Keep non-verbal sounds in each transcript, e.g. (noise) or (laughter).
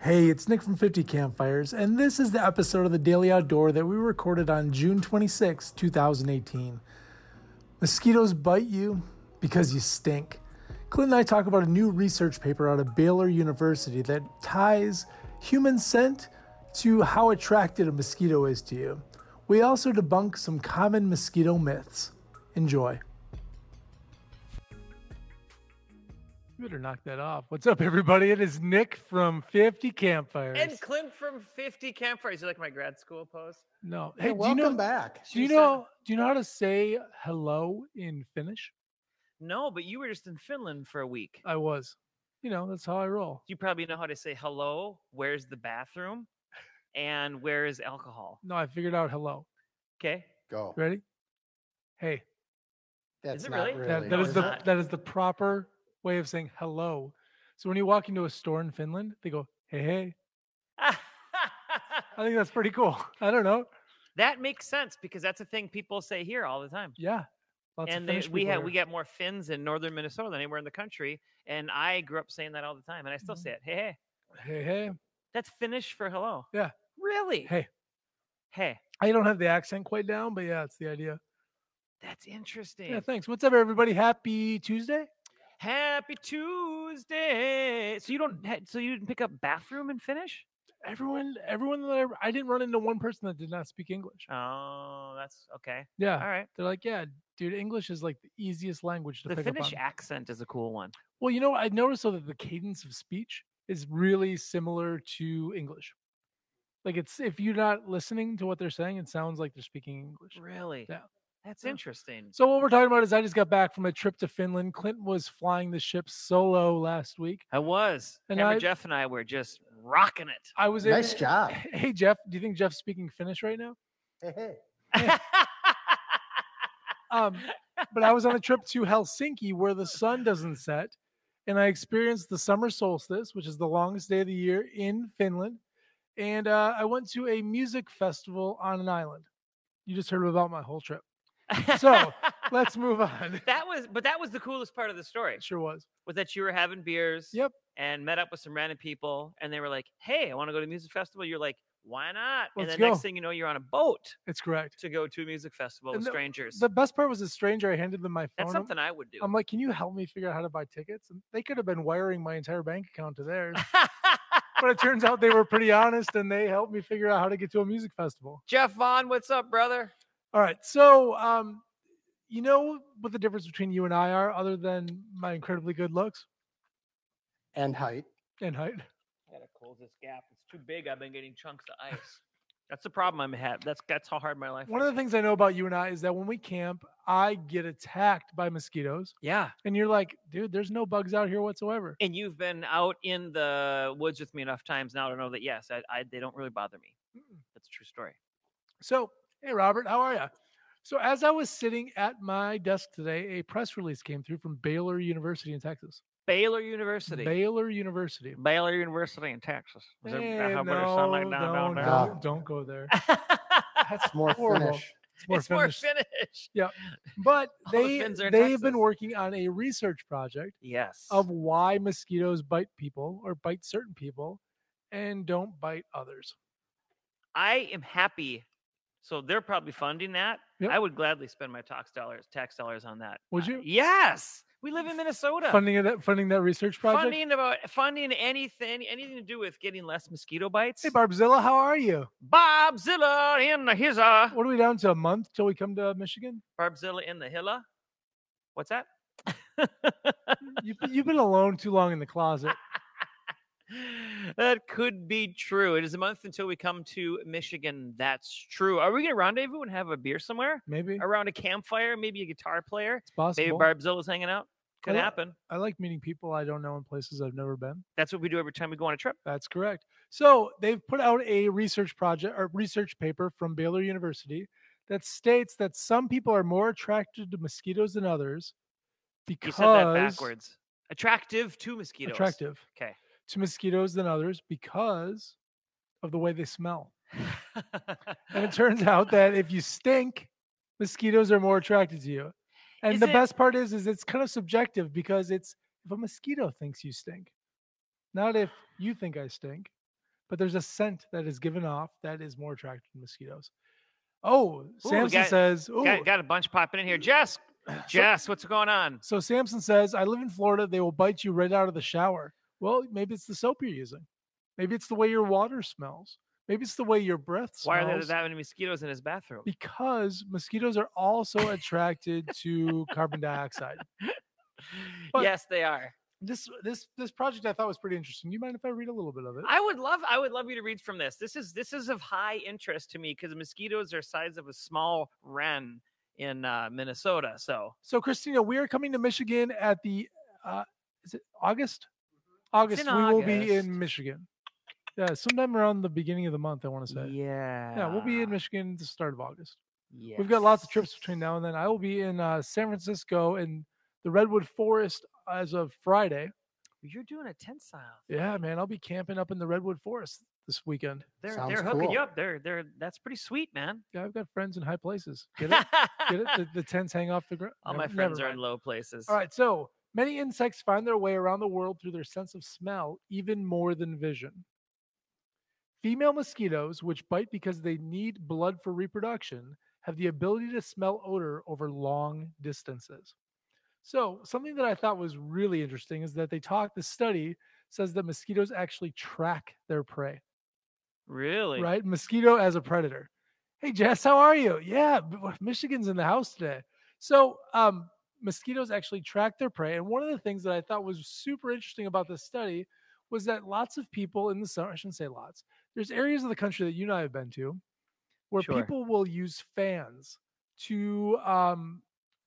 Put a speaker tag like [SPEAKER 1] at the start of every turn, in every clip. [SPEAKER 1] Hey, it's Nick from 50 Campfires, and this is the episode of the Daily Outdoor that we recorded on June 26, 2018. Mosquitoes bite you because you stink. Clint and I talk about a new research paper out of Baylor University that ties human scent to how attracted a mosquito is to you. We also debunk some common mosquito myths. Enjoy. You better knock that off. What's up, everybody? It is Nick from 50 Campfires.
[SPEAKER 2] And Clint from 50 Campfires. You like my grad school post?
[SPEAKER 1] no,
[SPEAKER 3] Hey,
[SPEAKER 1] hey, do you
[SPEAKER 3] welcome
[SPEAKER 1] know,
[SPEAKER 3] back.
[SPEAKER 1] do you
[SPEAKER 2] She said-
[SPEAKER 1] know, do you know how to say hello in Finnish?
[SPEAKER 2] No, but you were just in Finland for a week.
[SPEAKER 1] I was, you know, that's how I roll.
[SPEAKER 2] You probably know how to say hello, where's the bathroom, and where is alcohol.
[SPEAKER 1] No, I figured out hello. (laughs)
[SPEAKER 2] Okay. (laughs)
[SPEAKER 3] Go.
[SPEAKER 1] Ready? Hey,
[SPEAKER 3] That's
[SPEAKER 2] it
[SPEAKER 3] not
[SPEAKER 2] really?
[SPEAKER 3] really.
[SPEAKER 1] that, that
[SPEAKER 2] No,
[SPEAKER 1] is
[SPEAKER 2] it's
[SPEAKER 1] the
[SPEAKER 2] not.
[SPEAKER 1] that is the proper way of saying hello. So when you walk into a store in Finland, they go, "Hey, hey." I think that's pretty cool. (laughs) I don't know.
[SPEAKER 2] that makes sense because that's a thing people say here all the time.
[SPEAKER 1] Yeah, lots
[SPEAKER 2] and
[SPEAKER 1] of
[SPEAKER 2] they,
[SPEAKER 1] Finnish
[SPEAKER 2] we
[SPEAKER 1] people
[SPEAKER 2] have we
[SPEAKER 1] here.
[SPEAKER 2] get more Finns in northern Minnesota than anywhere in the country. And I grew up saying that all the time, and I still
[SPEAKER 1] Mhm.
[SPEAKER 2] say it. Hey, hey,
[SPEAKER 1] Hey, hey.
[SPEAKER 2] that's Finnish for hello.
[SPEAKER 1] Yeah.
[SPEAKER 2] Really?
[SPEAKER 1] Hey.
[SPEAKER 2] Hey,
[SPEAKER 1] I don't have the accent quite down, but yeah, it's the idea.
[SPEAKER 2] that's interesting.
[SPEAKER 1] Yeah, thanks. What's up, everybody? Happy Tuesday.
[SPEAKER 2] Happy Tuesday. So you don't. ha- So you didn't pick up bathroom and finish?
[SPEAKER 1] Everyone, everyone that I, I didn't run into one person that did not speak English.
[SPEAKER 2] Oh, that's okay.
[SPEAKER 1] Yeah,
[SPEAKER 2] All right.
[SPEAKER 1] they're like, yeah, dude, English is like the easiest language to
[SPEAKER 2] The
[SPEAKER 1] pick
[SPEAKER 2] Finnish
[SPEAKER 1] up on.
[SPEAKER 2] accent is a cool one.
[SPEAKER 1] Well, you know, I noticed though that the cadence of speech is really similar to English. Like it's if you're not listening to what they're saying, it sounds like they're speaking English.
[SPEAKER 2] Really?
[SPEAKER 1] Yeah.
[SPEAKER 2] That's
[SPEAKER 1] Yeah.
[SPEAKER 2] interesting.
[SPEAKER 1] So what we're talking about is I just got back from a trip to Finland. Clint was flying the ship solo last week.
[SPEAKER 2] I was.
[SPEAKER 1] And
[SPEAKER 2] And
[SPEAKER 1] I-
[SPEAKER 2] Jeff and I were just rocking it.
[SPEAKER 1] I was able- (laughs)
[SPEAKER 3] Nice job.
[SPEAKER 1] Hey Jeff, do you think Jeff's speaking Finnish right now?
[SPEAKER 3] Hey, hey.
[SPEAKER 2] (laughs)
[SPEAKER 1] Um, but I was on a trip to Helsinki where the sun doesn't set, and I experienced the summer solstice, which is the longest day of the year in Finland. And uh, I went to a music festival on an island. You just heard about my whole trip.
[SPEAKER 2] (laughs)
[SPEAKER 1] So, Let's move on. (laughs)
[SPEAKER 2] that was, but that was the coolest part of the story
[SPEAKER 1] It sure was.
[SPEAKER 2] was that you were having beers.
[SPEAKER 1] Yep.
[SPEAKER 2] And met up with some random people, and they were like, "Hey, I want to go to a music festival." You're like, "Why not?"
[SPEAKER 1] Let's
[SPEAKER 2] and the
[SPEAKER 1] go.
[SPEAKER 2] next thing you know, you're on a boat
[SPEAKER 1] It's correct.
[SPEAKER 2] to go to a music festival
[SPEAKER 1] And
[SPEAKER 2] with
[SPEAKER 1] the-
[SPEAKER 2] strangers.
[SPEAKER 1] The best part was a stranger. I handed them my phone.
[SPEAKER 2] That's
[SPEAKER 1] I'm-
[SPEAKER 2] something I would do. (laughs)
[SPEAKER 1] I'm like, can you help me figure out how to buy tickets? And they could have been wiring my entire bank account to theirs. but it turns out they were pretty honest and they helped me figure out how to get to a music festival.
[SPEAKER 2] Jeff Vaughn, what's up, brother?
[SPEAKER 1] All right. So, um, you know what the difference between you and I are, other than my incredibly good looks
[SPEAKER 3] And height.
[SPEAKER 1] and height?
[SPEAKER 2] I gotta close this gap. It's too big. I've been getting chunks of ice. That's the problem I'm having. That's that's how hard my life.
[SPEAKER 1] One
[SPEAKER 2] is.
[SPEAKER 1] of the things I know about you and I is that when we camp, I get attacked by mosquitoes,
[SPEAKER 2] yeah.
[SPEAKER 1] and you're like, dude, there's no bugs out here whatsoever.
[SPEAKER 2] And you've been out in the woods with me enough times now to know that yes, I, I they don't really bother me.
[SPEAKER 1] Mm-mm.
[SPEAKER 2] That's a true story.
[SPEAKER 1] So, hey, Robert, how are you? So, as I was sitting at my desk today, a press release came through from Baylor University in Texas.
[SPEAKER 2] Baylor University. uh,
[SPEAKER 1] Baylor University.
[SPEAKER 2] Baylor University in Texas. Is that-
[SPEAKER 1] Hey,
[SPEAKER 2] how
[SPEAKER 1] Eh, no,
[SPEAKER 2] would it sound like
[SPEAKER 1] don't,
[SPEAKER 2] down- down there?
[SPEAKER 3] no.
[SPEAKER 1] don't- don't go there.
[SPEAKER 2] (laughs)
[SPEAKER 3] It's more
[SPEAKER 1] horrible.
[SPEAKER 3] Finnish.
[SPEAKER 1] It's
[SPEAKER 2] it's more
[SPEAKER 1] finished.
[SPEAKER 2] Finnish.
[SPEAKER 1] But
[SPEAKER 2] (laughs) All the
[SPEAKER 1] they
[SPEAKER 2] fins are in
[SPEAKER 1] they've
[SPEAKER 2] Texas.
[SPEAKER 1] been working on a research project
[SPEAKER 2] Yes.
[SPEAKER 1] of why mosquitoes bite people or bite certain people and don't bite others.
[SPEAKER 2] I am happy. So they're probably funding that.
[SPEAKER 1] Yep.
[SPEAKER 2] I would gladly spend my tax dollars, tax dollars on that.
[SPEAKER 1] Would
[SPEAKER 2] Uh,
[SPEAKER 1] you?
[SPEAKER 2] yes. We live in Minnesota.
[SPEAKER 1] Funding of that funding that research project.
[SPEAKER 2] Funding about funding anything, anything to do with getting less mosquito bites.
[SPEAKER 1] Hey Barbzilla, how are you?
[SPEAKER 2] Bobzilla in the hizza.
[SPEAKER 1] What are we down to a month till we come to Michigan?
[SPEAKER 2] Barbzilla in the hilla. What's that? (gasps)
[SPEAKER 1] You, you've been alone too long in the
[SPEAKER 2] (laughs)
[SPEAKER 1] closet.
[SPEAKER 2] that could be true. It is a month until we come to Michigan. That's true. Are we gonna rendezvous and have a beer somewhere?
[SPEAKER 1] Maybe it's
[SPEAKER 2] Around a campfire, maybe a guitar player. Maybe
[SPEAKER 1] possible.
[SPEAKER 2] Barbzilla's hanging out. Could
[SPEAKER 1] Hello.
[SPEAKER 2] happen.
[SPEAKER 1] I like meeting people I don't know in places I've never been.
[SPEAKER 2] That's what we do every time we go on a trip.
[SPEAKER 1] That's correct. So they've put out a research project or research paper from Baylor University that states that some people are more attracted to mosquitoes than others
[SPEAKER 2] You
[SPEAKER 1] because
[SPEAKER 2] said that backwards. Attractive to mosquitoes. (laughs)
[SPEAKER 1] attractive
[SPEAKER 2] Okay.
[SPEAKER 1] to mosquitoes than others because of the way they smell. And it turns out that if you stink, mosquitoes are more attracted to you. And
[SPEAKER 2] Is
[SPEAKER 1] the
[SPEAKER 2] it-
[SPEAKER 1] best part is is it's kind of subjective because it's if a mosquito thinks you stink. Not if you think I stink. but there's a scent that is given off that is more attractive to mosquitoes. Oh,
[SPEAKER 2] we
[SPEAKER 1] Samson
[SPEAKER 2] got-
[SPEAKER 1] says, "Ooh."
[SPEAKER 2] Got, got a bunch popping in
[SPEAKER 1] (clears throat)
[SPEAKER 2] here. Jess, Jess, what's going on?
[SPEAKER 1] so Samson says, I live in Florida. They will bite you right out of the shower. Well, maybe it's the soap you're using. Maybe it's the way your water smells. Maybe it's the way your breath smells.
[SPEAKER 2] Why are there that many mosquitoes in his bathroom?
[SPEAKER 1] Because mosquitoes are also attracted to carbon dioxide. But-
[SPEAKER 2] yes, they are.
[SPEAKER 1] This this this project I thought was pretty interesting. You mind if I read a little bit of it?
[SPEAKER 2] I would love I would love you to read from this. This is this is of high interest to me because mosquitoes are size of a small wren in uh, Minnesota. So
[SPEAKER 1] So, Christina, we are coming to Michigan at the uh, is it August? August.
[SPEAKER 2] Mm-hmm. in
[SPEAKER 1] we will be
[SPEAKER 2] August.
[SPEAKER 1] in Michigan. Yeah, sometime around the beginning of the month. I want to say. Yeah.
[SPEAKER 2] yeah,
[SPEAKER 1] we'll be in Michigan at the start of August.
[SPEAKER 2] Yes.
[SPEAKER 1] We've got lots of trips between now and then. I will be in uh, San Francisco in the Redwood Forest as of Friday.
[SPEAKER 2] You're doing a tent style.
[SPEAKER 1] Yeah, man, I'll be camping up in the Redwood Forest this weekend.
[SPEAKER 2] They're
[SPEAKER 3] Sounds
[SPEAKER 2] they're hooking you
[SPEAKER 3] cool.
[SPEAKER 2] up. They're they're that's pretty sweet, man.
[SPEAKER 1] Yeah, I've got friends in high places. Get
[SPEAKER 2] (laughs)
[SPEAKER 1] it? Get it? The, the tents hang off the ground.
[SPEAKER 2] All my friends are in low places.
[SPEAKER 1] All right, so many insects find their way around the world through their sense of smell, even more than vision. Female mosquitoes, which bite because they need blood for reproduction, have the ability to smell odor over long distances. So, something that I thought was really interesting is that they talk, the study says that mosquitoes actually track their prey,
[SPEAKER 2] Really?
[SPEAKER 1] right? Mosquito as a predator. Hey, Jess, how are you? Yeah, b- w- Michigan's in the house today. So, um, mosquitoes actually track their prey. And one of the things that I thought was super interesting about this study was that lots of people in the summer, I shouldn't say lots, there's areas of the country that you and I have been to where
[SPEAKER 2] Sure.
[SPEAKER 1] people will use fans to um,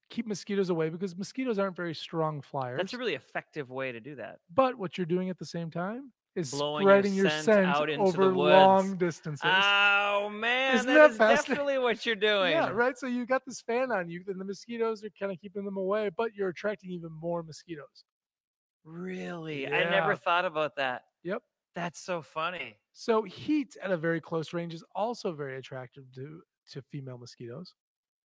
[SPEAKER 1] keep mosquitoes away because mosquitoes aren't very strong flyers.
[SPEAKER 2] That's a really effective way to do that.
[SPEAKER 1] but what you're doing at the same time is
[SPEAKER 2] Blowing your
[SPEAKER 1] spreading your
[SPEAKER 2] scent
[SPEAKER 1] scent,
[SPEAKER 2] out into the
[SPEAKER 1] over
[SPEAKER 2] woods.
[SPEAKER 1] long distances.
[SPEAKER 2] Oh man,
[SPEAKER 1] Isn't
[SPEAKER 2] that
[SPEAKER 1] that
[SPEAKER 2] is
[SPEAKER 1] fascinating?
[SPEAKER 2] definitely what you're doing.
[SPEAKER 1] Yeah, right. So you got this fan on you, and the mosquitoes are kind of keeping them away, but you're attracting even more mosquitoes.
[SPEAKER 2] Really? I
[SPEAKER 1] Yeah.
[SPEAKER 2] never thought about that.
[SPEAKER 1] Yep.
[SPEAKER 2] That's so funny.
[SPEAKER 1] So heat at a very close range is also very attractive to to female mosquitoes.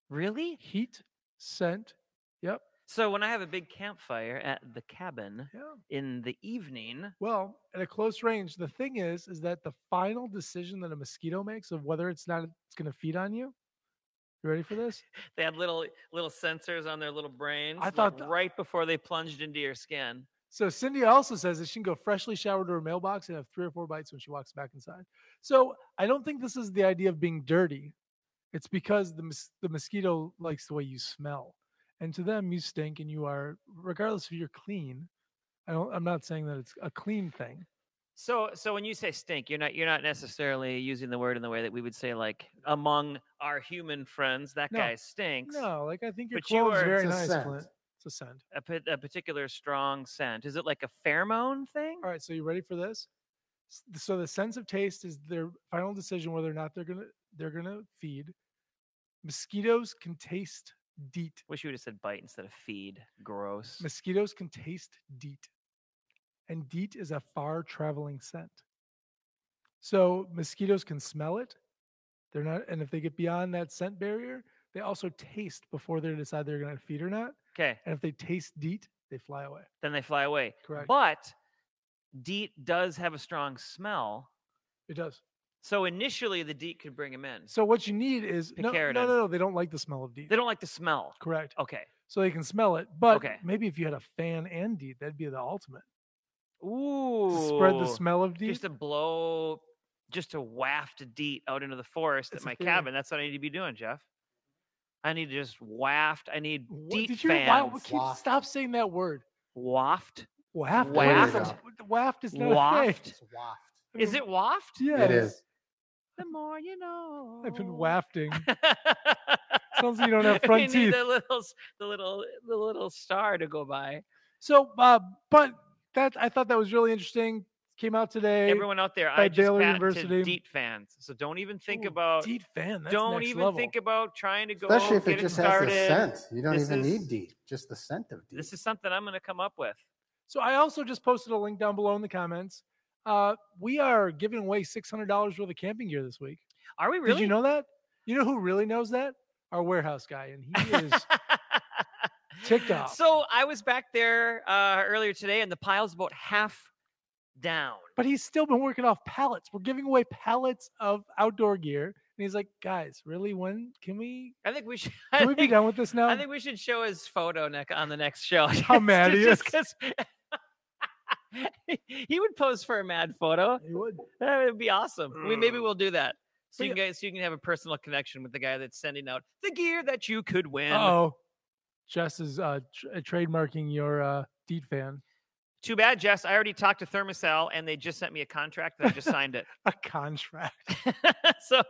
[SPEAKER 2] Really?
[SPEAKER 1] Heat, scent. Yep.
[SPEAKER 2] So when I have a big campfire at the cabin
[SPEAKER 1] Yeah.
[SPEAKER 2] in the evening,
[SPEAKER 1] Well, at a close range, the thing is, is that the final decision that a mosquito makes of whether it's not it's going to feed on you. You ready for this?
[SPEAKER 2] they had little little sensors on their little brains. like,
[SPEAKER 1] thought th-
[SPEAKER 2] right before they plunged into your skin.
[SPEAKER 1] So Cindy also says that she can go freshly showered to her mailbox and have three or four bites when she walks back inside. So I don't think this is the idea of being dirty. It's because the mos- the mosquito likes the way you smell, and to them you stink and you are regardless if you're clean. I don't. I'm not saying that it's a clean thing.
[SPEAKER 2] So so when you say stink, you're not you're not necessarily using the word in the way that we would say like among our human friends that
[SPEAKER 1] No.
[SPEAKER 2] guy stinks.
[SPEAKER 1] No, like I think your
[SPEAKER 2] But you
[SPEAKER 1] clothes
[SPEAKER 2] are-
[SPEAKER 1] very
[SPEAKER 3] It's a
[SPEAKER 1] nice,
[SPEAKER 3] scent.
[SPEAKER 1] Clint. It's a scent.
[SPEAKER 2] A, pa- a particular strong scent. Is it like a pheromone thing?
[SPEAKER 1] All right, so you ready for this? S- So the sense of taste is their final decision whether or not they're gonna they're gonna feed. Mosquitoes can taste DEET.
[SPEAKER 2] Wish you would have said bite instead of feed. Gross.
[SPEAKER 1] Mosquitoes can taste DEET, and DEET is a far traveling scent. So mosquitoes can smell it. They're not, and if they get beyond that scent barrier, they also taste before they decide they're going to feed or not.
[SPEAKER 2] Okay,
[SPEAKER 1] And if they taste DEET, they fly away.
[SPEAKER 2] then they fly away.
[SPEAKER 1] Correct.
[SPEAKER 2] But DEET does have a strong smell.
[SPEAKER 1] It does.
[SPEAKER 2] So initially, the DEET could bring him in.
[SPEAKER 1] So what you need is no, no,
[SPEAKER 2] Picaridin.
[SPEAKER 1] no, no. They don't like the smell of DEET.
[SPEAKER 2] They don't like the smell.
[SPEAKER 1] Correct.
[SPEAKER 2] Okay.
[SPEAKER 1] So they can smell it, but
[SPEAKER 2] Okay.
[SPEAKER 1] maybe if you had a fan and DEET, that'd be the ultimate. To
[SPEAKER 2] Ooh.
[SPEAKER 1] spread the smell of DEET.
[SPEAKER 2] Just to blow, just to waft DEET out into the forest
[SPEAKER 1] It's a
[SPEAKER 2] at my
[SPEAKER 1] theory.
[SPEAKER 2] cabin. That's what I need to be doing, Jeff. I need to just waft. I need
[SPEAKER 1] What-
[SPEAKER 2] DEET
[SPEAKER 1] did you
[SPEAKER 2] fans.
[SPEAKER 1] wow, keep-
[SPEAKER 3] Waft.
[SPEAKER 1] stop saying that word?
[SPEAKER 2] Waft?
[SPEAKER 1] Waft.
[SPEAKER 2] There
[SPEAKER 3] you
[SPEAKER 1] Waft. Waft is not a thing.
[SPEAKER 2] Waft?
[SPEAKER 3] It's waft.
[SPEAKER 1] I
[SPEAKER 2] Is
[SPEAKER 1] mean,
[SPEAKER 2] it
[SPEAKER 1] (laughs)
[SPEAKER 2] waft?
[SPEAKER 1] Yeah.
[SPEAKER 3] It is.
[SPEAKER 2] The more you know.
[SPEAKER 1] I've been
[SPEAKER 2] (laughs)
[SPEAKER 1] wafting.
[SPEAKER 2] Sounds
[SPEAKER 1] like you don't
[SPEAKER 2] (laughs)
[SPEAKER 1] have front
[SPEAKER 2] need
[SPEAKER 1] teeth.
[SPEAKER 2] The little, s- the little, the little star to go by.
[SPEAKER 1] So, uh, but that I thought that was really interesting. Came out today.
[SPEAKER 2] Everyone out there, I
[SPEAKER 1] by
[SPEAKER 2] just
[SPEAKER 1] Baylor
[SPEAKER 2] patented
[SPEAKER 1] University.
[SPEAKER 2] Deet fans. So don't even think
[SPEAKER 1] Ooh,
[SPEAKER 2] about.
[SPEAKER 1] Deet fan. That's
[SPEAKER 2] don't
[SPEAKER 1] next
[SPEAKER 2] even
[SPEAKER 1] level.
[SPEAKER 2] think about trying to go.
[SPEAKER 3] Especially if
[SPEAKER 2] get
[SPEAKER 3] it just
[SPEAKER 2] started.
[SPEAKER 3] has the scent. You don't
[SPEAKER 2] This
[SPEAKER 3] even
[SPEAKER 2] is-
[SPEAKER 3] need deep. Just the scent of deep.
[SPEAKER 2] This is something I'm going to come up with.
[SPEAKER 1] So I also just posted a link down below in the comments. Uh, we are giving away six hundred dollars worth of camping gear this week.
[SPEAKER 2] Are we really? (laughs)
[SPEAKER 1] Did you know that? You know who really knows that? Our warehouse guy, and he is.
[SPEAKER 2] (laughs)
[SPEAKER 1] ticked off?
[SPEAKER 2] So I was back there uh, earlier today, and the pile's about half down.
[SPEAKER 1] But he's still been working off pallets. We're giving away pallets of outdoor gear. And he's like, guys, really? When can we
[SPEAKER 2] I think we should. (laughs) I
[SPEAKER 1] can we be
[SPEAKER 2] think,
[SPEAKER 1] done with this now?
[SPEAKER 2] (laughs) I think we should show his photo neck on the next show. (laughs)
[SPEAKER 1] How mad he
[SPEAKER 2] Just 'cause- (laughs) he would pose for a mad photo.
[SPEAKER 1] He would.
[SPEAKER 2] That would be awesome. We maybe
[SPEAKER 1] Mm.
[SPEAKER 2] we'll do that. So
[SPEAKER 1] But
[SPEAKER 2] you guys, so you can have a personal connection with the guy that's sending out the gear that you could win.
[SPEAKER 1] Oh, Jess is uh, tr- uh, trademarking your uh, Deet fan.
[SPEAKER 2] Too bad, Jess. I already talked to Thermacell, and they just sent me a contract, and I just signed it.
[SPEAKER 1] A contract.
[SPEAKER 2] (laughs) so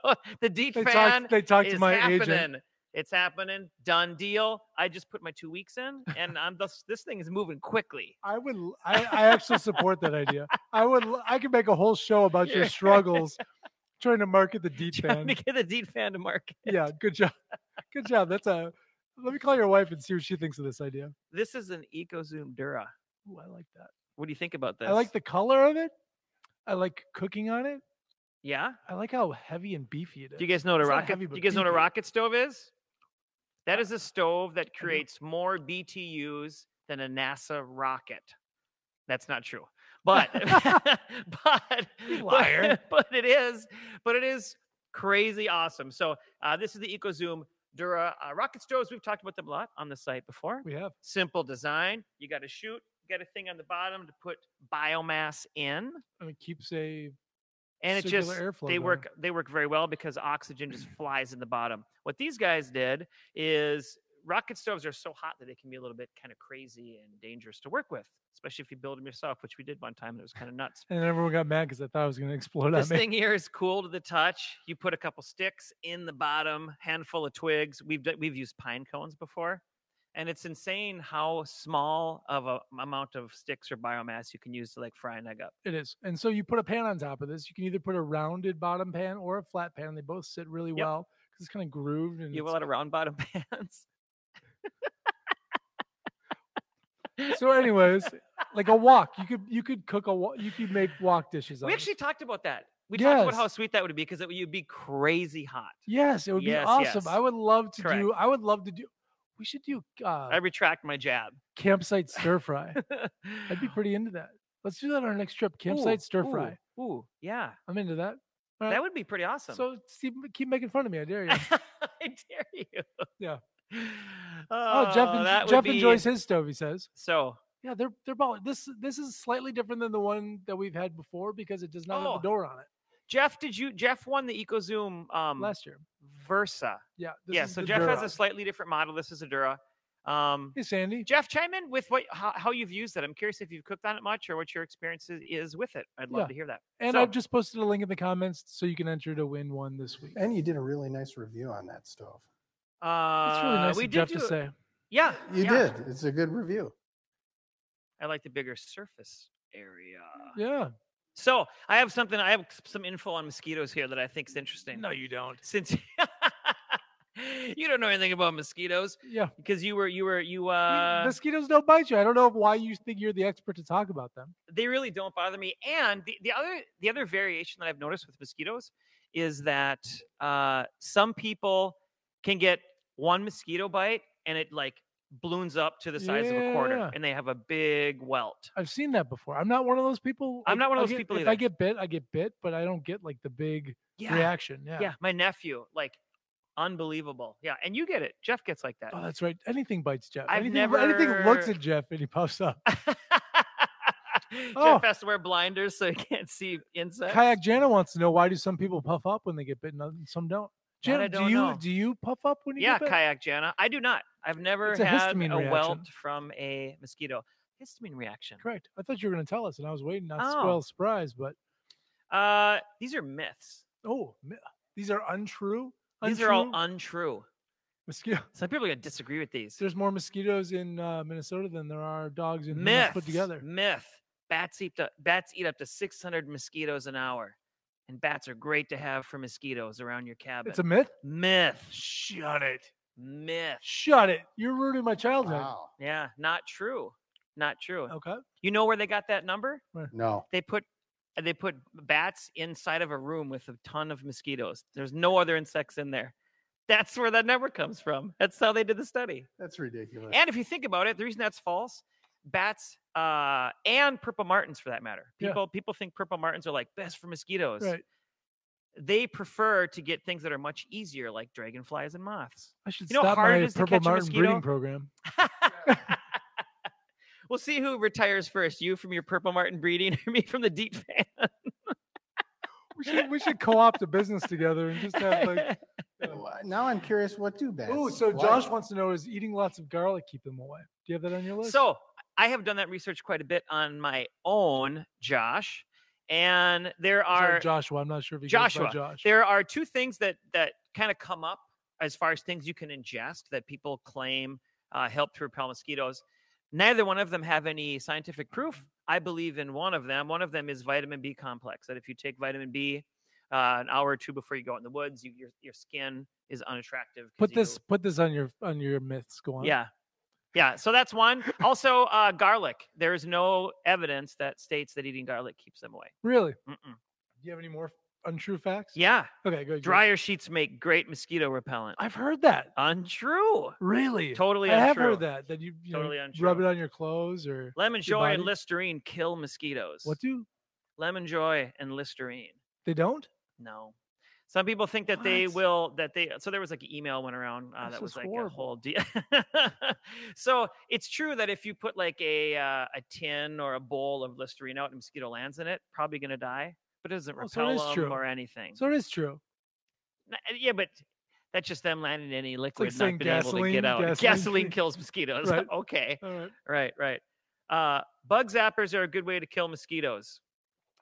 [SPEAKER 2] the deep
[SPEAKER 1] They
[SPEAKER 2] fan
[SPEAKER 1] talked. They talked to
[SPEAKER 2] is
[SPEAKER 1] my
[SPEAKER 2] happening.
[SPEAKER 1] agent.
[SPEAKER 2] It's happening. Done deal. I just put my two weeks in, and I'm this. This thing is moving
[SPEAKER 1] (laughs)
[SPEAKER 2] quickly.
[SPEAKER 1] I would. l- I, I
[SPEAKER 2] (laughs)
[SPEAKER 1] actually support that idea. I would. l- I could make a whole show about your
[SPEAKER 2] Sure.
[SPEAKER 1] struggles trying to market the Deet
[SPEAKER 2] (laughs)
[SPEAKER 1] fan.
[SPEAKER 2] Trying to get the deep fan to market.
[SPEAKER 1] Yeah, good job. Good job. That's a. Let me call your wife and see what she thinks of this idea.
[SPEAKER 2] This is an EcoZoom Dura.
[SPEAKER 1] Ooh, I like that.
[SPEAKER 2] What do you think about this?
[SPEAKER 1] I like the color of it. I like cooking on it.
[SPEAKER 2] Yeah.
[SPEAKER 1] I like how heavy and beefy it is.
[SPEAKER 2] Do you guys know what a
[SPEAKER 1] It's not
[SPEAKER 2] rocket?
[SPEAKER 1] heavy,
[SPEAKER 2] do
[SPEAKER 1] but
[SPEAKER 2] you guys know what a
[SPEAKER 1] beefy.
[SPEAKER 2] rocket stove is? That is a stove that creates more BTUs than a NASA rocket. That's
[SPEAKER 1] (laughs)
[SPEAKER 2] not true, but (laughs) but
[SPEAKER 1] You
[SPEAKER 2] but-
[SPEAKER 1] liar.
[SPEAKER 2] (laughs) But, it is, but it is crazy awesome. So uh, this is the EcoZoom Dura uh, rocket stoves. We've talked about them a lot on the site before.
[SPEAKER 1] we have.
[SPEAKER 2] Simple design. You got to shoot. You got a thing on the bottom to put biomass in
[SPEAKER 1] And it keeps a
[SPEAKER 2] and it
[SPEAKER 1] circular
[SPEAKER 2] just
[SPEAKER 1] airflow
[SPEAKER 2] they
[SPEAKER 1] going.
[SPEAKER 2] work they work very well because
[SPEAKER 1] (clears throat)
[SPEAKER 2] oxygen just flies in the bottom. What these guys did is rocket stoves are so hot that they can be a little bit kind of crazy and dangerous to work with, especially if you build them yourself, which we did one time and it was kind of nuts.
[SPEAKER 1] And everyone got mad because I thought it was going to explode
[SPEAKER 2] This
[SPEAKER 1] at me.
[SPEAKER 2] thing here is cool to the touch. You put a couple sticks in the bottom, handful of twigs. We've d- we've used pine cones before, and it's insane how small of a amount of sticks or biomass you can use to like fry an egg up.
[SPEAKER 1] It is. And so you put a pan on top of this. You can either put a rounded bottom pan or a flat pan. They both sit really
[SPEAKER 2] Yep.
[SPEAKER 1] well because it's kind of grooved. And
[SPEAKER 2] You have a
[SPEAKER 1] it's-
[SPEAKER 2] lot of round bottom (laughs) pans.
[SPEAKER 1] so, anyways, like a wok, you could you could cook a wok. You could make wok dishes. on
[SPEAKER 2] We
[SPEAKER 1] this.
[SPEAKER 2] actually talked about that. We talked about how
[SPEAKER 1] Yes.
[SPEAKER 2] sweet that would be because it would be crazy hot.
[SPEAKER 1] yes, it would
[SPEAKER 2] Yes,
[SPEAKER 1] be awesome. I
[SPEAKER 2] yes.
[SPEAKER 1] would love to
[SPEAKER 2] Correct.
[SPEAKER 1] do. I would love to do. We should do uh,
[SPEAKER 2] I retract my jab.
[SPEAKER 1] campsite stir
[SPEAKER 2] (laughs)
[SPEAKER 1] fry. I'd
[SPEAKER 2] I'd
[SPEAKER 1] be pretty into that. Let's do that on our next trip. Campsite stir fry.
[SPEAKER 2] Ooh, yeah,
[SPEAKER 1] I'm into that. All
[SPEAKER 2] that
[SPEAKER 1] right.
[SPEAKER 2] would be pretty awesome. (laughs)
[SPEAKER 1] So keep, keep making fun of me. I dare you.
[SPEAKER 2] I dare you.
[SPEAKER 1] Yeah.
[SPEAKER 2] Oh,
[SPEAKER 1] Oh, Jeff, en-
[SPEAKER 2] that would
[SPEAKER 1] Jeff
[SPEAKER 2] be-
[SPEAKER 1] enjoys his stove. He says.
[SPEAKER 2] So,
[SPEAKER 1] Yeah, they're they're balling. This this is slightly different than the one that we've had before because it does not have
[SPEAKER 2] Oh,
[SPEAKER 1] a door on it
[SPEAKER 2] Jeff, did you? Jeff won the EcoZoom um,
[SPEAKER 1] last year.
[SPEAKER 2] Versa.
[SPEAKER 1] Yeah. This
[SPEAKER 2] Yeah.
[SPEAKER 1] is
[SPEAKER 2] So
[SPEAKER 1] the
[SPEAKER 2] Jeff has
[SPEAKER 1] Dura.
[SPEAKER 2] a slightly different model. This is a Dura. Um,
[SPEAKER 1] Hey Sandy.
[SPEAKER 2] Jeff, chime in with what how, how you've used it. I'm curious if you've cooked on it much or what your experience is, is with it. I'd love
[SPEAKER 1] Yeah.
[SPEAKER 2] to hear that.
[SPEAKER 1] And
[SPEAKER 2] so-
[SPEAKER 1] I've just posted a link in the comments so you can enter to win one this week.
[SPEAKER 3] And you did a really nice review on that stove.
[SPEAKER 2] Uh,
[SPEAKER 1] That's really nice
[SPEAKER 2] we
[SPEAKER 1] of
[SPEAKER 2] did
[SPEAKER 1] Jeff to
[SPEAKER 2] do-
[SPEAKER 1] say.
[SPEAKER 2] Yeah,
[SPEAKER 3] You
[SPEAKER 2] yeah.
[SPEAKER 3] did. It's a good review.
[SPEAKER 2] I like the bigger surface area. (laughs)
[SPEAKER 1] Yeah.
[SPEAKER 2] So I have something. I have s- some info on mosquitoes here that I think is interesting.
[SPEAKER 1] you don't.
[SPEAKER 2] Since (laughs) you don't know anything about mosquitoes,
[SPEAKER 1] Yeah.
[SPEAKER 2] because you were you were you
[SPEAKER 1] You-
[SPEAKER 2] uh,
[SPEAKER 1] mosquitoes don't bite you. I don't know why you think you're the expert to talk about them.
[SPEAKER 2] they really don't bother me. And the, the other the other variation that I've noticed with mosquitoes is that uh, some people can get one mosquito bite and it like balloons up to the size of a quarter
[SPEAKER 1] Yeah.
[SPEAKER 2] and they have a big welt.
[SPEAKER 1] I've seen that before. I'm not one of those people. like,
[SPEAKER 2] I'm not one of
[SPEAKER 1] I'll
[SPEAKER 2] those
[SPEAKER 1] get-
[SPEAKER 2] people
[SPEAKER 1] If
[SPEAKER 2] either.
[SPEAKER 1] I get bit, I get bit, but I don't get like the big
[SPEAKER 2] Yeah.
[SPEAKER 1] reaction. Yeah.
[SPEAKER 2] Yeah, my nephew, like unbelievable. Yeah, and you get it. Jeff gets like that.
[SPEAKER 1] Oh, that's right. Anything bites Jeff.
[SPEAKER 2] I've
[SPEAKER 1] anything, anything looks
[SPEAKER 2] never-
[SPEAKER 1] at Jeff and he puffs up. Oh.
[SPEAKER 2] (laughs) Jeff has to wear blinders so he (laughs) can't see insects.
[SPEAKER 1] Kayak Jana wants to know why do some people puff up when they get bitten and some don't.
[SPEAKER 2] That
[SPEAKER 1] Jana,
[SPEAKER 2] I don't
[SPEAKER 1] do you
[SPEAKER 2] know.
[SPEAKER 1] do you puff up when you
[SPEAKER 2] yeah,
[SPEAKER 1] get bit?
[SPEAKER 2] kayak Jana. I do not. I've never
[SPEAKER 1] It's a
[SPEAKER 2] had a
[SPEAKER 1] histamine
[SPEAKER 2] welt
[SPEAKER 1] reaction.
[SPEAKER 2] from a mosquito. Histamine reaction.
[SPEAKER 1] Correct. I thought you were going to tell us, and I was waiting not to
[SPEAKER 2] Oh.
[SPEAKER 1] spoil surprise. But
[SPEAKER 2] Uh, these are myths.
[SPEAKER 1] oh, mi- these are untrue.
[SPEAKER 2] These are all
[SPEAKER 1] Untrue?
[SPEAKER 2] untrue.
[SPEAKER 1] mosquito.
[SPEAKER 2] Some people are gonna disagree with these.
[SPEAKER 1] There's more mosquitoes in uh, Minnesota than there are dogs in humans
[SPEAKER 2] Myth
[SPEAKER 1] put together.
[SPEAKER 2] Myth. Bats eat up, bats eat up to 600 mosquitoes an hour, and bats are great to have for mosquitoes around your cabin.
[SPEAKER 1] It's a myth.
[SPEAKER 2] myth.
[SPEAKER 1] Shut it.
[SPEAKER 2] Myth.
[SPEAKER 1] Shut it. You're ruining my childhood.
[SPEAKER 3] Wow.
[SPEAKER 2] Yeah, not true. Not true.
[SPEAKER 1] Okay.
[SPEAKER 2] You know where they got that number?
[SPEAKER 3] No.
[SPEAKER 2] They put they put bats inside of a room with a ton of mosquitoes. There's no other insects in there. That's where that number comes from. That's how they did the study.
[SPEAKER 3] That's ridiculous.
[SPEAKER 2] And if you think about it, the reason that's false, bats uh, and purple martins for that matter.
[SPEAKER 1] Yeah.
[SPEAKER 2] People people think purple martins are like best for mosquitoes.
[SPEAKER 1] Right.
[SPEAKER 2] They prefer to get things that are much easier, like dragonflies and moths.
[SPEAKER 1] I should
[SPEAKER 2] You know how
[SPEAKER 1] stop
[SPEAKER 2] hard it
[SPEAKER 1] my
[SPEAKER 2] is to
[SPEAKER 1] Purple
[SPEAKER 2] catch a
[SPEAKER 1] Martin breeding
[SPEAKER 2] mosquito?
[SPEAKER 1] program.
[SPEAKER 2] (laughs) we'll see who retires first. You from your purple martin breeding, or me from the deep fan.
[SPEAKER 1] We should, we should co-opt a business together and just have like.
[SPEAKER 2] (laughs)
[SPEAKER 3] Wh- Now I'm curious what do bats?
[SPEAKER 1] Oh, so
[SPEAKER 3] like?
[SPEAKER 1] Josh wants to know: Is eating lots of garlic keep them away? Do you have that on your list?
[SPEAKER 2] So I have done that research quite a bit on my own, Josh. And there
[SPEAKER 1] I'm sorry,
[SPEAKER 2] are
[SPEAKER 1] Joshua. I'm not sure if he goes by
[SPEAKER 2] Joshua,
[SPEAKER 1] Josh.
[SPEAKER 2] there are two things that that kind of come up as far as things you can ingest that people claim uh, help to repel mosquitoes. Neither one of them have any scientific proof. I believe in one of them. One of them is vitamin B complex. That if you take vitamin B uh, an hour or two before you go out in the woods, you, your your skin is unattractive. 'cause
[SPEAKER 1] Put
[SPEAKER 2] you-
[SPEAKER 1] this put this on your on your myths. Go on.
[SPEAKER 2] yeah. Yeah. So that's one.
[SPEAKER 1] (laughs)
[SPEAKER 2] Also, uh, garlic. There is no evidence that states that eating garlic keeps them away.
[SPEAKER 1] Really? Do
[SPEAKER 2] Mm-mm.
[SPEAKER 1] you have any more untrue facts?
[SPEAKER 2] Yeah.
[SPEAKER 1] Okay. Good. good.
[SPEAKER 2] Dryer sheets make great mosquito repellent.
[SPEAKER 1] I've heard that.
[SPEAKER 2] Untrue.
[SPEAKER 1] Really?
[SPEAKER 2] Totally
[SPEAKER 1] I
[SPEAKER 2] untrue.
[SPEAKER 1] have heard that. That you, you know,
[SPEAKER 2] Totally
[SPEAKER 1] rub it
[SPEAKER 2] untrue.
[SPEAKER 1] on your clothes or
[SPEAKER 2] Lemon
[SPEAKER 1] Your
[SPEAKER 2] joy
[SPEAKER 1] body-
[SPEAKER 2] and Listerine kill mosquitoes.
[SPEAKER 1] what do
[SPEAKER 2] Lemon joy and Listerine.
[SPEAKER 1] they don't?
[SPEAKER 2] No. Some people think that they
[SPEAKER 1] What?
[SPEAKER 2] will that they so there was like an email went around uh,
[SPEAKER 1] This
[SPEAKER 2] that
[SPEAKER 1] is
[SPEAKER 2] was like a
[SPEAKER 1] horrible.
[SPEAKER 2] whole deal. (laughs) so it's true that if you put like a uh, a tin or a bowl of Listerine out and mosquito lands in it, probably gonna die. But it doesn't
[SPEAKER 1] Oh, so it
[SPEAKER 2] repel
[SPEAKER 1] is
[SPEAKER 2] them
[SPEAKER 1] true.
[SPEAKER 2] or anything.
[SPEAKER 1] So it is true.
[SPEAKER 2] N- uh, yeah, but that's just them landing in any liquid,
[SPEAKER 1] like saying
[SPEAKER 2] not being able to
[SPEAKER 1] gasoline-
[SPEAKER 2] get out.
[SPEAKER 1] gasoline (laughs)
[SPEAKER 2] Gasoline,
[SPEAKER 1] ki-
[SPEAKER 2] kills mosquitoes.
[SPEAKER 1] Right.
[SPEAKER 2] (laughs) okay,
[SPEAKER 1] All right.
[SPEAKER 2] right, right. Uh, bug zappers are a good way to kill mosquitoes.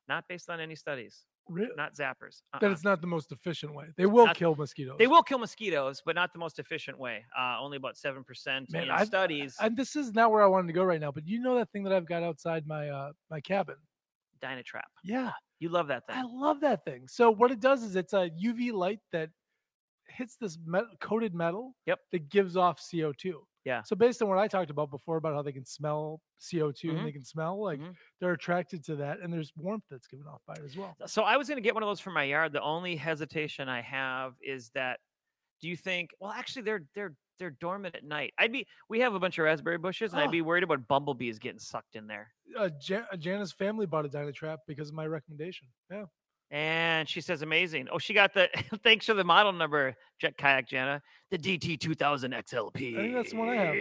[SPEAKER 2] Not based on any studies.
[SPEAKER 1] Re-
[SPEAKER 2] Not zappers.
[SPEAKER 1] That
[SPEAKER 2] uh-uh.
[SPEAKER 1] it's not the most efficient way. They will
[SPEAKER 2] Not-
[SPEAKER 1] kill mosquitoes.
[SPEAKER 2] They will kill mosquitoes, but not the most efficient way. Uh, only about seven percent
[SPEAKER 1] Man,
[SPEAKER 2] in
[SPEAKER 1] I've-
[SPEAKER 2] studies.
[SPEAKER 1] And this is not where I wanted to go right now, but you know that thing that I've got outside my uh my cabin.
[SPEAKER 2] Dynatrap.
[SPEAKER 1] Yeah,
[SPEAKER 2] You love that thing.
[SPEAKER 1] I love that thing. So what it does is it's a UV light that hits this metal, coated metal.
[SPEAKER 2] Yep.
[SPEAKER 1] That gives off CO two.
[SPEAKER 2] Yeah.
[SPEAKER 1] So based on what I talked about before about how they can smell CO 2
[SPEAKER 2] Mhm.
[SPEAKER 1] and they can smell like
[SPEAKER 2] Mhm.
[SPEAKER 1] they're attracted to that, and there's warmth that's given off by it as well.
[SPEAKER 2] so I was going to get one of those for my yard. The only hesitation I have is that do you think well actually they're they're they're dormant at night. I'd be we have a bunch of raspberry bushes and
[SPEAKER 1] Oh.
[SPEAKER 2] I'd be worried about bumblebees getting sucked in there.
[SPEAKER 1] Uh, Jan- Jana's family bought a Dynatrap because of my recommendation. Yeah.
[SPEAKER 2] And she says amazing. Oh, she got the (laughs) thanks for the model number, Jet Kayak Jana. The DT 2000 XLP.
[SPEAKER 1] I think that's the one I have.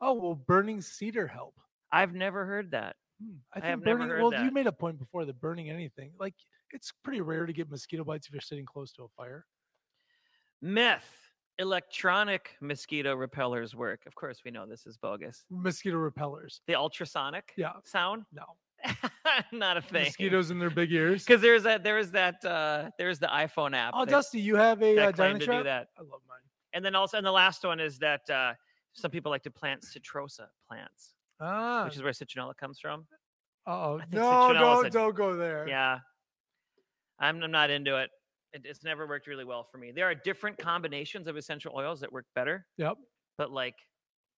[SPEAKER 1] Oh well, burning cedar help.
[SPEAKER 2] I've never heard that.
[SPEAKER 1] Hmm,
[SPEAKER 2] I
[SPEAKER 1] I think
[SPEAKER 2] have never
[SPEAKER 1] burning.
[SPEAKER 2] heard
[SPEAKER 1] well, you
[SPEAKER 2] that.
[SPEAKER 1] made a point before that burning anything like it's pretty rare to get mosquito bites if you're sitting close to a fire.
[SPEAKER 2] Myth. Electronic mosquito repellers work. Of course, we know this is bogus.
[SPEAKER 1] Mosquito repellers.
[SPEAKER 2] The ultrasonic
[SPEAKER 1] Yeah,
[SPEAKER 2] sound, (laughs)
[SPEAKER 1] no
[SPEAKER 2] not a thing.
[SPEAKER 1] mosquitoes in their big ears.
[SPEAKER 2] Because there's that, there's that, uh, there's the iPhone app.
[SPEAKER 1] Oh,
[SPEAKER 2] that-
[SPEAKER 1] Dusty, you have a
[SPEAKER 2] that
[SPEAKER 1] uh,
[SPEAKER 2] claimed to do
[SPEAKER 1] Dynatrap?
[SPEAKER 2] that.
[SPEAKER 1] I love mine.
[SPEAKER 2] And then also, and the last one is that uh, some people like to plant citrosa plants,
[SPEAKER 1] Ah,
[SPEAKER 2] which is where citronella comes from.
[SPEAKER 1] oh,
[SPEAKER 2] I think
[SPEAKER 1] no,
[SPEAKER 2] citronella
[SPEAKER 1] don't
[SPEAKER 2] is a-
[SPEAKER 1] don't go there.
[SPEAKER 2] Yeah, I'm, I'm not into it. it. It's never worked really well for me. There are different combinations of essential oils that work better.
[SPEAKER 1] Yep.
[SPEAKER 2] But like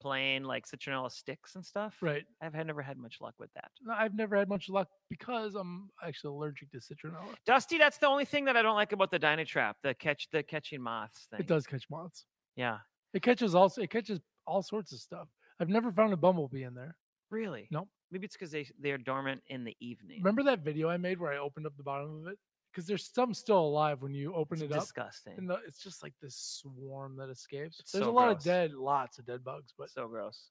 [SPEAKER 2] plain like citronella sticks and stuff.
[SPEAKER 1] Right.
[SPEAKER 2] I've had never had much luck with that.
[SPEAKER 1] No, I've never had much luck because I'm actually allergic to citronella.
[SPEAKER 2] Dusty, that's the only thing that I don't like about the Dynatrap, the catch the catching moths thing.
[SPEAKER 1] It does catch moths.
[SPEAKER 2] Yeah.
[SPEAKER 1] It catches also. It catches all sorts of stuff. I've never found a bumblebee in there.
[SPEAKER 2] Really?
[SPEAKER 1] Nope.
[SPEAKER 2] Maybe it's because they they're dormant in the evening.
[SPEAKER 1] Remember that video I made where I opened up the bottom of it? Because there's some still alive when you open
[SPEAKER 2] it's
[SPEAKER 1] it up.
[SPEAKER 2] disgusting.
[SPEAKER 1] And the, it's just like this swarm that escapes.
[SPEAKER 2] It's
[SPEAKER 1] there's a
[SPEAKER 2] so
[SPEAKER 1] lot of
[SPEAKER 2] gross.
[SPEAKER 1] dead, lots of dead bugs, but
[SPEAKER 2] so gross.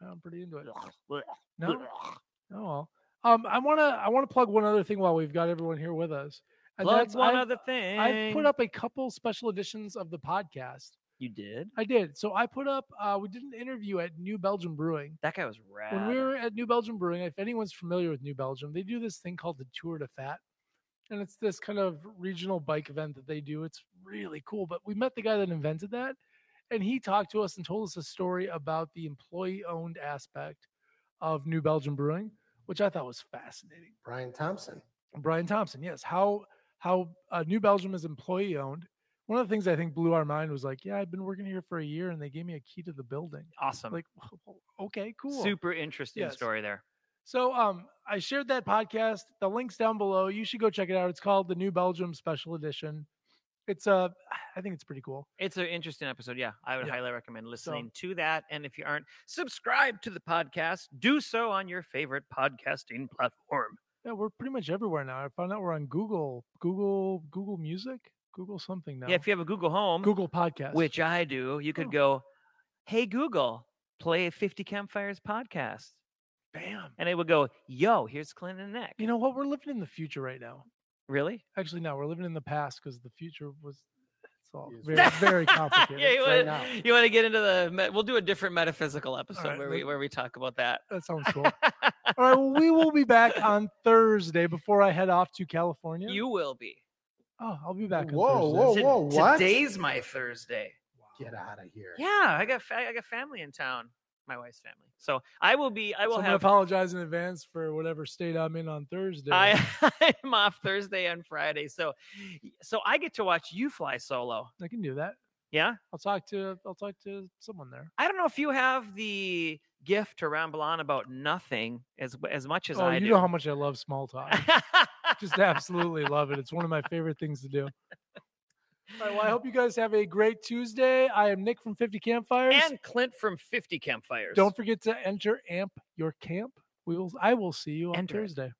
[SPEAKER 1] I'm pretty into it.
[SPEAKER 2] Blech,
[SPEAKER 1] No,
[SPEAKER 2] blech, blech.
[SPEAKER 1] oh well. Um, I wanna I wanna plug one other thing while we've got everyone here with us.
[SPEAKER 2] Plug one
[SPEAKER 1] I've,
[SPEAKER 2] other thing.
[SPEAKER 1] I've put up a couple special editions of the podcast.
[SPEAKER 2] You did.
[SPEAKER 1] I did. So I put up uh, we did an interview at New Belgium Brewing.
[SPEAKER 2] That guy was rad.
[SPEAKER 1] when we were at New Belgium Brewing, if anyone's familiar with New Belgium, they do this thing called the Tour de Fat. And it's this kind of regional bike event that they do. It's really cool. But we met the guy that invented that, and he talked to us and told us a story about the employee owned aspect of New Belgium Brewing, which I thought was fascinating.
[SPEAKER 3] Brian Thompson.
[SPEAKER 1] Brian Thompson. Yes, how how uh, New Belgium is employee owned. One of the things I think blew our mind was like, yeah, I've been working here for a year, and they gave me a key to the building.
[SPEAKER 2] awesome.
[SPEAKER 1] Like, (laughs) okay, cool.
[SPEAKER 2] Super interesting
[SPEAKER 1] Yes.
[SPEAKER 2] story there.
[SPEAKER 1] So um, I shared that podcast. The link's down below. You should go check it out. It's called the New Belgium Special Edition. It's uh, (sighs) I think it's pretty cool.
[SPEAKER 2] It's an interesting episode. Yeah, I would
[SPEAKER 1] Yeah.
[SPEAKER 2] highly recommend listening to that. And if you aren't subscribed to the podcast, do so on your favorite podcasting platform.
[SPEAKER 1] Yeah, we're pretty much everywhere now. I found out we're on Google, Google, Google Music, Google something now.
[SPEAKER 2] Yeah, if you have a Google Home,
[SPEAKER 1] Google Podcast.
[SPEAKER 2] which I do, you could
[SPEAKER 1] Oh.
[SPEAKER 2] go, "Hey Google, play 50 Campfires podcast,"
[SPEAKER 1] bam.
[SPEAKER 2] and it would go, "Yo, here's Clint and Nick."
[SPEAKER 1] You know what? We're living in the future right now. (laughs)
[SPEAKER 2] really?
[SPEAKER 1] Actually, no, we're living in the past because the future was it's all
[SPEAKER 3] Yes. (laughs)
[SPEAKER 1] very, very complicated.
[SPEAKER 2] (laughs) yeah, you
[SPEAKER 1] right
[SPEAKER 2] want,
[SPEAKER 1] now.
[SPEAKER 2] you want to get into the? me- We'll do a different metaphysical episode
[SPEAKER 1] right,
[SPEAKER 2] where
[SPEAKER 1] let-
[SPEAKER 2] we where we talk about that.
[SPEAKER 1] That sounds
[SPEAKER 2] (laughs)
[SPEAKER 1] cool. all right, well, we will be back on Thursday before I head off to California.
[SPEAKER 2] You will be.
[SPEAKER 1] Oh, I'll be back. On
[SPEAKER 3] Whoa,
[SPEAKER 1] Thursday.
[SPEAKER 3] whoa.
[SPEAKER 2] To-
[SPEAKER 3] what?
[SPEAKER 2] Today's my Thursday.
[SPEAKER 3] Get out of here.
[SPEAKER 2] Yeah, I got fa- I got family in town. My wife's family. So I will be. I
[SPEAKER 1] So
[SPEAKER 2] will
[SPEAKER 1] I'm gonna
[SPEAKER 2] have.
[SPEAKER 1] apologize in advance for whatever state I'm in on Thursday.
[SPEAKER 2] I, (laughs) I'm off Thursday and Friday, so so I get to watch you fly solo.
[SPEAKER 1] I can do that.
[SPEAKER 2] Yeah,
[SPEAKER 1] I'll talk to I'll talk to someone there.
[SPEAKER 2] I don't know if you have the gift to ramble on about nothing as as much as
[SPEAKER 1] Oh,
[SPEAKER 2] I
[SPEAKER 1] you
[SPEAKER 2] do. (laughs)
[SPEAKER 1] know how much I love small talk. Just absolutely love it. It's one of my favorite things to do.
[SPEAKER 2] (laughs)
[SPEAKER 1] All right, well, I hope you guys have a great Tuesday. I am Nick from 50 Campfires.
[SPEAKER 2] and Clint from 50 Campfires.
[SPEAKER 1] Don't forget to enter AMP your camp. We will I will see you on
[SPEAKER 2] Enter it.
[SPEAKER 1] Thursday.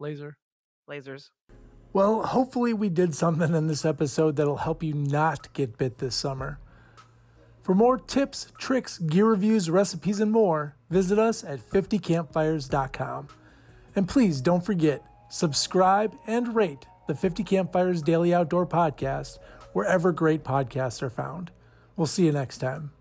[SPEAKER 1] Laser.
[SPEAKER 2] lasers.
[SPEAKER 1] Well, hopefully, we did something in this episode that'll help you not get bit this summer. For more tips, tricks, gear reviews, recipes, and more, visit us at 50campfires.com. And please don't forget, subscribe and rate the 50 Campfires Daily Outdoor Podcast wherever great podcasts are found. We'll see you next time.